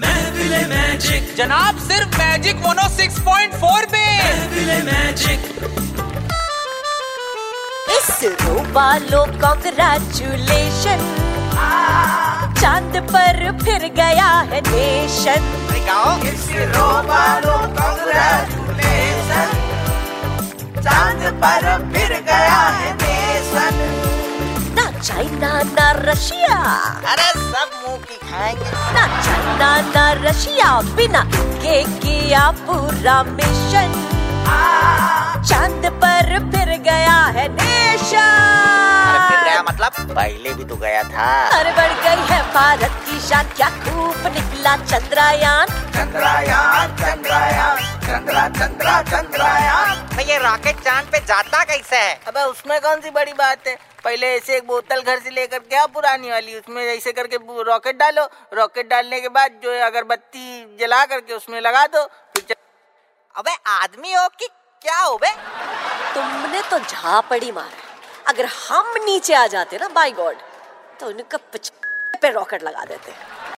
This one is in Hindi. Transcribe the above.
महफिल मैजिक जनाब सिर्फ मैजिक मोनो 6.4 पे महफिल मैजिक इसरो वालों कॉन्ग्रेचुलेशन चांद पर फिर गया है नेशन ना चाइना ना रशिया अरे सब मुंह की खाएंगे ना चाइना ना रशिया बिना के किया पूरा मिशन चांद पर फिर गया है अरे फिर गया नेशन मतलब पहले भी तो गया था अरे बढ़ गई है भारत की शान क्या खूब निकला चंद्रयान चंद्रयान चंद्रयान चंद्रा चंद्रा चंद्रयान भाई ये रॉकेट चांद पे जाता कैसे है अबे उसमें कौन सी बड़ी बात है पहले ऐसे एक बोतल घर से लेकर क्या पुरानी वाली उसमें ऐसे करके बु- रॉकेट डालो रॉकेट डालने के बाद जो है अगरबत्ती जला करके उसमें लगा दो फिर च- अबे आदमी हो कि क्या हो बे तुमने तो झापड़ी मारा अगर हम नीचे आ जाते ना बाय गॉड तो इनका पिछ पे रॉकेट लगा देते